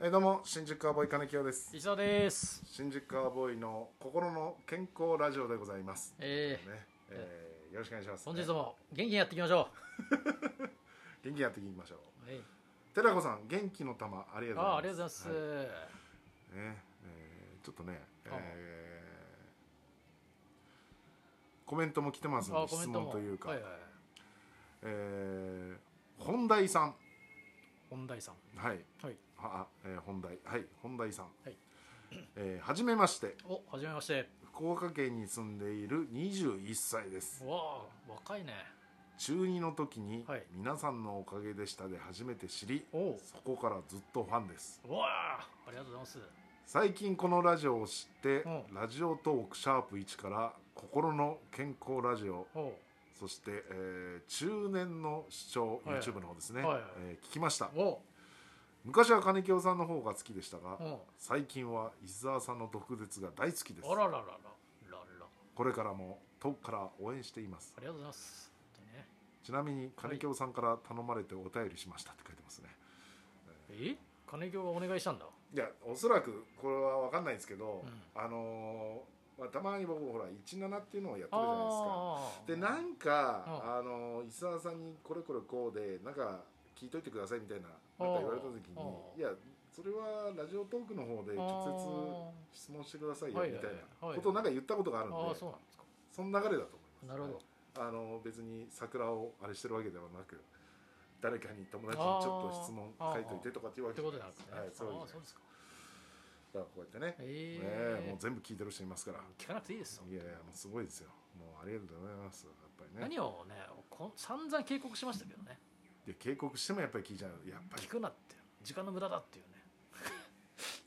えーどうも新宿カーボーイ金清です石田です。新宿カーボーイの心の健康ラジオでございます、えーねえーよろしくお願いします、本日も元気にやっていきましょ元気にやっていきましょうう。はい寺子さん元気の玉ありがとうございますあーありがとうございます。はいねえーちょっとね、あーえーコメントも来てますのあで質問というか、はいはいはい、えー本題さん本題さん。はいはい。あ、えー本題はい本題さんはいえーはじめましてお、はじめまして。福岡県に住んでいる21歳ですわあ、若いね。中2の時にはい「皆さんのおかげでした」で初めて知りおうそこからずっとファンですわあ、ありがとうございます。最近このラジオを知ってうんラジオトークシャープ1から心の健康ラジオおうそして、えー中年の視聴はい YouTube の方ですね、はいはいえー聞きましたおう昔は金清さんの方が好きでしたが、おう最近は伊沢さんの毒舌が大好きですあらららららら。これからも遠くから応援していますありがとうございます。でね、ちなみに金京さんから頼まれてお便りしましたって書いてますね、え金京がお願いしたんだ。い、やおそらくこれは分かんないですけど、うんあのーまあ、たまに僕ほら17っていうのをやってるじゃないですかああ。でなんか、うあの伊沢さんにこれこれこうでなんか聞いといてくださいみたいななんか言われた時あにーいやそれはラジオトークの方で直接質問してくださいよはいみはいたいなはいことをなんか言ったことがあるんでああ、そうなんですか。その流れだと思いますなるほど。あの別に桜をあれしてるわけではなく誰かに友達にちょっと質問あー書いといてとかっていうわっけてじゃこなといなんでですすね。はいそうああ、ですそうですか。だからこうやってね、ねえええもう全部聞いてる人いますから聞かなくていいですよ。いやいやもうすごいですよもうありがとうございますやっぱりね何をねこ散々警告しましたけどねで警告してもやっぱり聞いちゃうやっぱ聞くなって時間の無駄だっていうね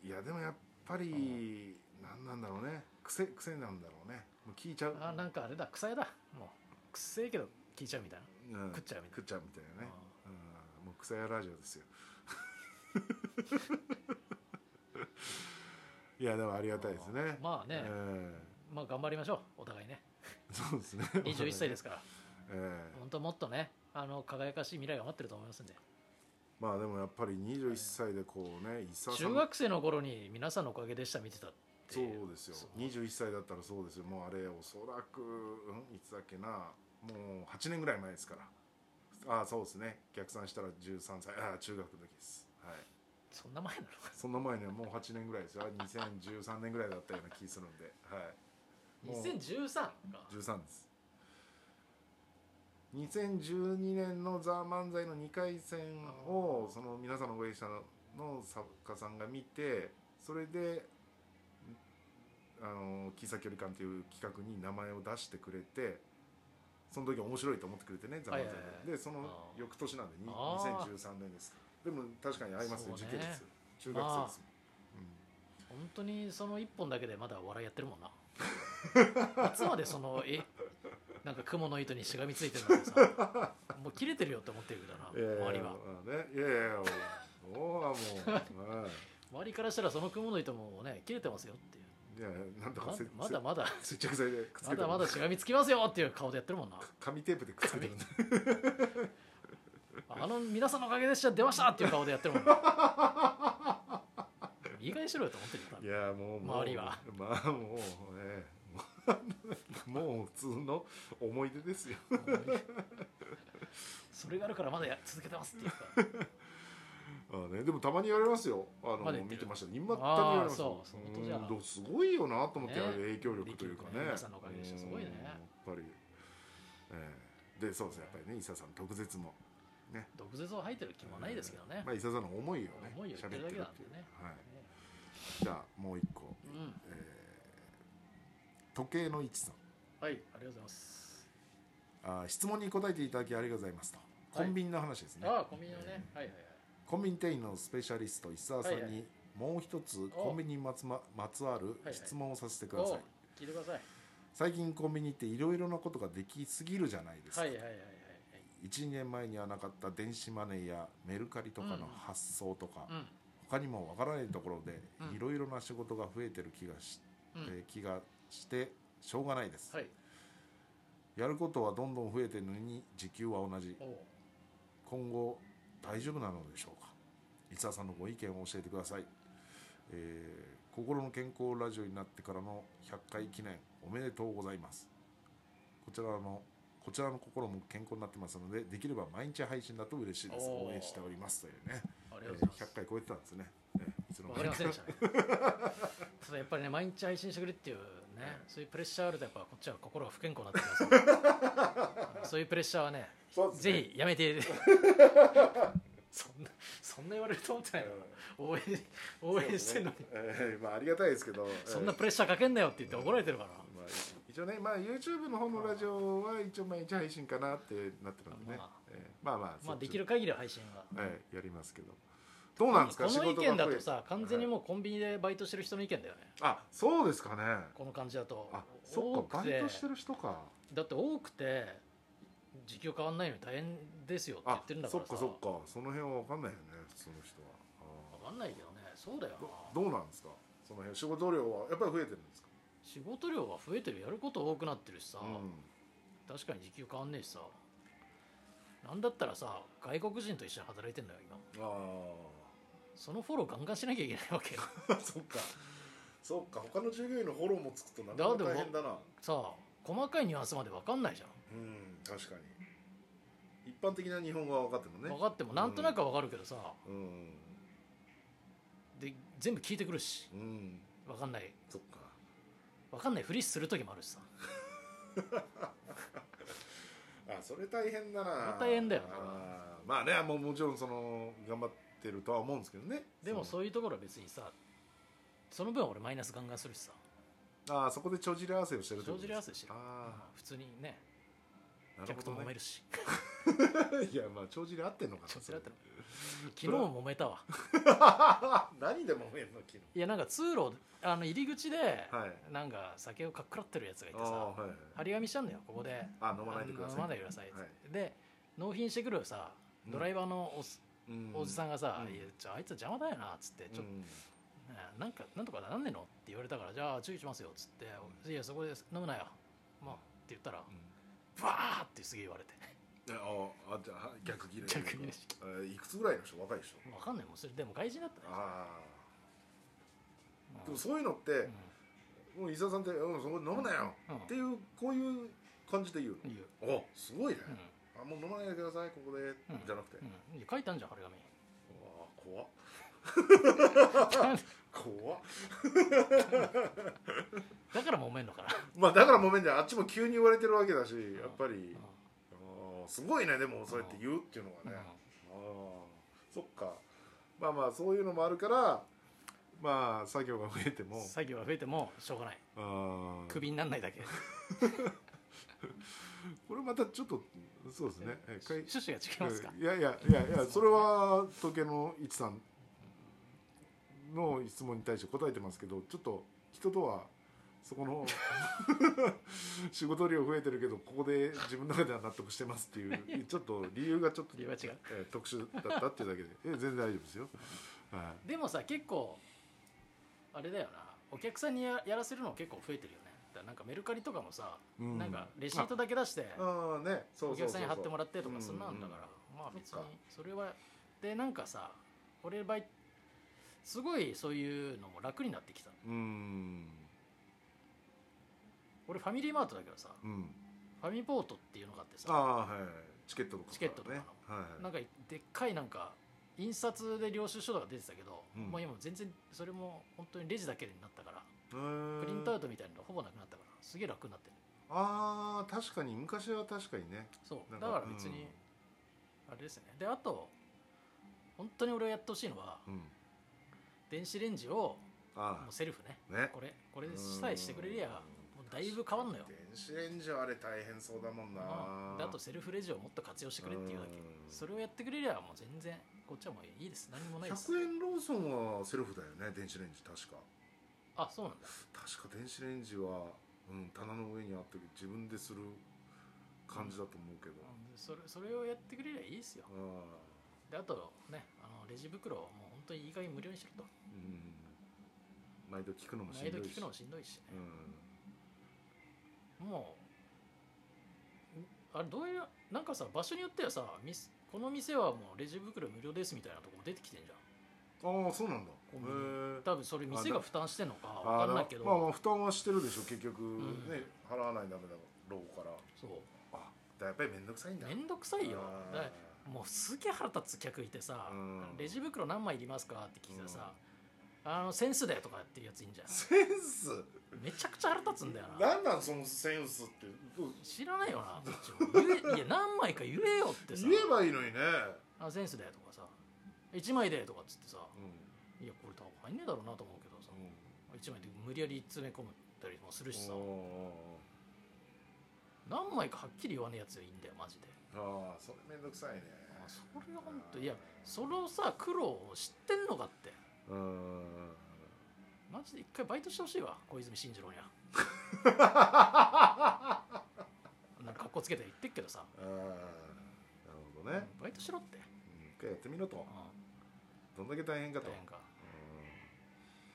りいやでもやっぱり何なんだろうね癖癖なんだろうねもう聞いちゃう、あーなんかあれだ草屋だもうくっせえけど聞いちゃうみたいうなん食っちゃうみたいな食っちゃうみたいなねうんもう草屋ラジオ ですよいやでもありがたいですねまあね、えまあ頑張りましょうお互いねえ そうですね21歳ですか、からえ え本当もっとねあの輝かしい未来が待ってると思いますんでまあでもやっぱり21歳でこうね伊沢さん中学生の頃に皆さんのおかげでした見てたってそいうですよそう21歳だったらそうですよもうあれおそらく、うん、いつだっけなもう8年ぐらい前ですからああそうですね逆算したら13歳ああ中学の時ですはいそんな前なのその前にはもう8年ぐらいですよ2013年ぐらいだったような気するんではいもう2013か13です2012年の「ザ・漫才の2回戦をその皆さんの応援者の作家さんが見てそれで「あの喫茶距離感」という企画に名前を出してくれてその時面白いと思ってくれてね「ザ・漫才はいはいはいででその翌年なんでにあー2013年ですでも確かに合いますねそ時う系ね列中学生ですもんうん本当にその一本だけでまだ笑いやって るもんないつまでそのえなんか雲の糸にしがみついてるのにさもう切れてるよって思ってるけどな周りはまあねいやいやいやもうそうはもう、はい周りからしたらその雲の糸もね切れてますよっていういやなんとかませまだまだせ接着剤でくっつけまてだまだしがみつきますよっていう顔でやってるもんな紙テープでくっつけてるんであの皆さんのおかげでした出ましたっていう顔でやってるもんないい加減しろよと思ってるよ多い分やもうもう周りはまあもうええもうもう普通の思い出ですよそれがあるからまだや続けてますっていうかあ、ね、でもたまに言われますよあの、まだ言って見るてました今たまに言われますあーそう本当じゃあんどすごいよなと思って、ねあれ影響力というかねできるね皆さんのおかげでしたすごいねうんやっぱり、ええでそうですねやっぱりね伊佐さん特舌もね毒舌を吐いてる気もないですけどねまあ伊佐さんの思いをね思いを言ってるだけなんでねはいじゃあもう一個、うんえー時計の位置さんはい、ありがとうございます。あー質問に答えていただきありがとうございますとコはいンビニの話ですね、ああ、コンビニのね、はいはいコンビニ店員のスペシャリスト石澤さんに、はいはいもう一つコンビニにまつままつわるはい質問をさせてくだはい。さい、おう聞いてください。最近コンビニっていろいろなことができすぎるじゃないですか、は1いはいはいはいはい。 1年前にはなかった電子マネーやメルカリとかの発想とか、う他にもわからないところでうんいろいろな仕事が増えてる気がし,、ん、うん、えー気がしてしょうがないです、はい。やることはどんどん増えてるのに時給は同じおう今後大丈夫なのでしょうか伊沢さんのご意見を教えてください、えー心の健康ラジオになってからの100回記念おめでとうございますこちらのこちらの心も健康になってますのでできれば毎日配信だと嬉しいですおー応援しておりますというねありがとうございます100回超えてたんですねねいつのわ間にかりまかせんでしたね ただやっぱりね毎日配信してくれっていうねそういうプレッシャーあるとやっぱこっちは心が不健康になって きますそういうプレッシャーはねそうですねぜひやめてそんなそんな言われると思ってないよ応援応援してんのにそうですねえーまあありがたいですけどそんなえープレッシャーかけんなよって言って怒られてるからまあ、一応ね、まあ、YouTube の方のラジオは一応毎日配信かなってなってるんでね、まあえーまあまあまあそっちできる限りは配信はえーやりますけどどうなんですかこの意見だ仕事がと増さ完全にもうコンビニでバイトしてる人の意見だよねえあそうですかねこの感じだとあそっかバイトしてる人かだって多くて時給変わんないのに大変ですよって言あってるんだかそらっさかそっかその辺は分かんないよね普通の人はあわかんないけどねそうだよーなどどうなんですかその辺仕事量はやっぱり増えてるんですか仕事量が増えてるやること多くなってるしさ、う確かに時給変わんねえしさなんだったらさ外国人と一緒に働いてんだよ今んあそのフォローガンガンしなきゃいけないわけよあそっかそっか他の従業員のフォローもつくとなかなか大変だなさあ細かいニュアンスまで分かんないじゃうん確かに一般的な日本語は分かってもん、ね分かってもなんとなくは分かるけどさ、うんで全部聞いてくるしうん分かんないそっか分かんないふりする時もあるしさあそれ大変だなそれ大変だよなあーまあねもうもちろんその頑張ってるとは思うんですけどねでもそそういうところは別にさその分俺マイナスガンガンするしさのあーそこで帳尻合わせをしてるってこと帳尻合わせしてるあ普通にねあなる客とほど揉ねめるしいやまあ帳尻合ってんのかな帳尻合ってるそれ 昨日も揉めたわ何で揉めんの昨日いやなんか通路あの入り口で、はいなんか酒をかっくらってるやつがいてあさ、ーはいはい張り紙したんだよここであ飲まないでくださいあ飲まないでください、はで納品してくるさうんドライバーのお,、おじさんんがさ「うんいやちょあいつ邪魔だよな」っつって「ちょっと、なんかなんとかなんねえの?」って言われたから「じゃあ注意しますよ」っつって「いやそこで飲むなよ」まあ、って言ったら「バー!」ってすげえ言われてあーあじゃあ逆切れ逆切れしえーいくつぐらいの人若い人わかんないもんそれでも外人だったねあうあんでもそういうのって、もう伊沢さんって「うんそこ飲むなよ」うんっていうこういう感じで言ううんいいよのあすごいねうん、あもう飲まないでくださいここで、うんじゃなくて、あうんいや書いたんじゃん張り紙あ怖っ怖っ だから揉めんのかな、まあだからもめんじゃんあっちも急に言われてるわけだしやっぱり、うんああすごいねでもそうやって言うっていうのがね、ああそっかまあまあそういうのもあるからまあ作業が増えてうんも作業が増えてもしょうがないああクビにならないだけこれまたちょっとそうですねえかい趣旨が違いますかいやいやいやいやそれは時計の一さんの質問に対して答えてますけどちょっと人とはそこの 仕事量増えてるけどここで自分の中では納得してますっていうちょっと理由がちょっと理由は違うえー特殊だったっていうだけでえ全然大丈夫ですよ、はでもさ結構あれだよなお客さんにややらせるの結構増えてるよねだからなんかメルカリとかもさ、いうん、なんかレシートだけ出してああねそうそうそおう客さんに貼ってもららってとうんかそんなんだから、まあ別にそっかそれはでなんかさ俺バイすごいそういうのも楽になってきたうん俺ファミリーマートだけどさうんファミポートっていうのがあってあさあはいチケットとか、ね、チケットとかねのはいなんかでっかいなんか印刷で領収書とか出てたけど、うんもう今全然それも本当にレジだけになったからププリントアウトみたいなのほぼなくなったからすげえ楽になってるあー確かに昔は確かにねそうなだんから別にあれですねであと本当に俺がやってほしいのはうん、うん電子レンジをあもうセルフねあねこれこれさえしてくれりゃもうだいぶ変わんのよ電子レンジはあれ大変そうだもんなうんであとセルフレジをもっと活用してくれっていうだうけんそれをやってくれりゃもう全然こっちはもういいです何もないです100円ローソンはセルフだよね電子レンジ確かあそうなんだ確か電子レンジは、うん、棚の上にあって自分でする感じだと思うけど、うんそれそれをやってくれりゃいいですようんであとねあのレジ袋をもう本当にいい加減無料にしろとうん、毎度聞くのもしんど毎いし度聞くのもしんどいしねもうあれどういうなんかさ場所によってはさみすこの店はもうレジ袋無料ですみたいなとこも出てきてんじゃんああそうなんだコンビニへえ多分それ店が負担してんのかあ分かんないけど、まあまあ負担はしてるでしょ結局んね、払わないとダメだろうからそうあだからやっぱり面倒くさいんだ面倒くさいよあーだからもうすげえ腹立つ客いてさ、うんレジ袋何枚いりますかって聞いたらさ、あのセンスだよとかっていうやついいんじゃんセンスめちゃくちゃ腹立つんだよななんなんそのセンスってどう知らないよなこっちも言えいや何枚か言えよってさ言えばいいのにね、あセンスだよとかさ1枚でとかっつってさうんいやこれ多分入んねえだろうなと思うけどさ1枚で無理やり詰め込むたりもするしさ何枚かはっきり言わねえやついいんだよマジでああそれめんどくさいねあそれは本当いやそのさ苦労を知ってんのかってうーんマジで一回バイトしてほしいわ小泉進 次郎にはあなんかかっこつけて言ってっけどさーなるほどね、バイトしろって、うん一回やってみろとうん、どんだけ大変か大と変か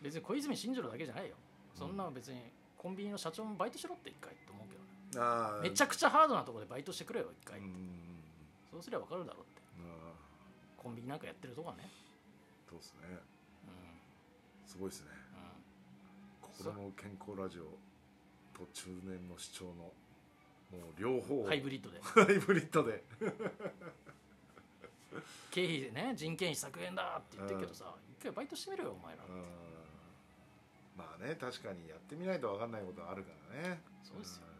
別に小泉進次郎だけじゃないよそんな別にコンビニの社長もバイトしろって一回って思うけどねうんああめちゃくちゃハードなところでバイトしてくれよ一回、うんそうすれば分かるだろうってあコンビニなんかやってるとこはねーそうですねうすごいですねんう心の健康ラジオと中年の主張のもう両方をんハイブリッドでハイブリッドで経費でね人件費削減だって言ってるけどさ一回バイトしてみろよお前らうんまあね確かにやってみないと分かんないことはあるからねそうですよね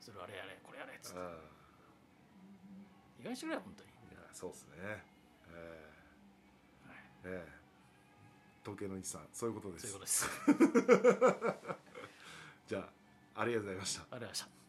それあれやれこれやれっつっうんてうん意外にしてくれよ本当にいやそうですねえはいえええ時計の一さんそういうことでそういうすことですじゃあありがとうございましたありがとうございました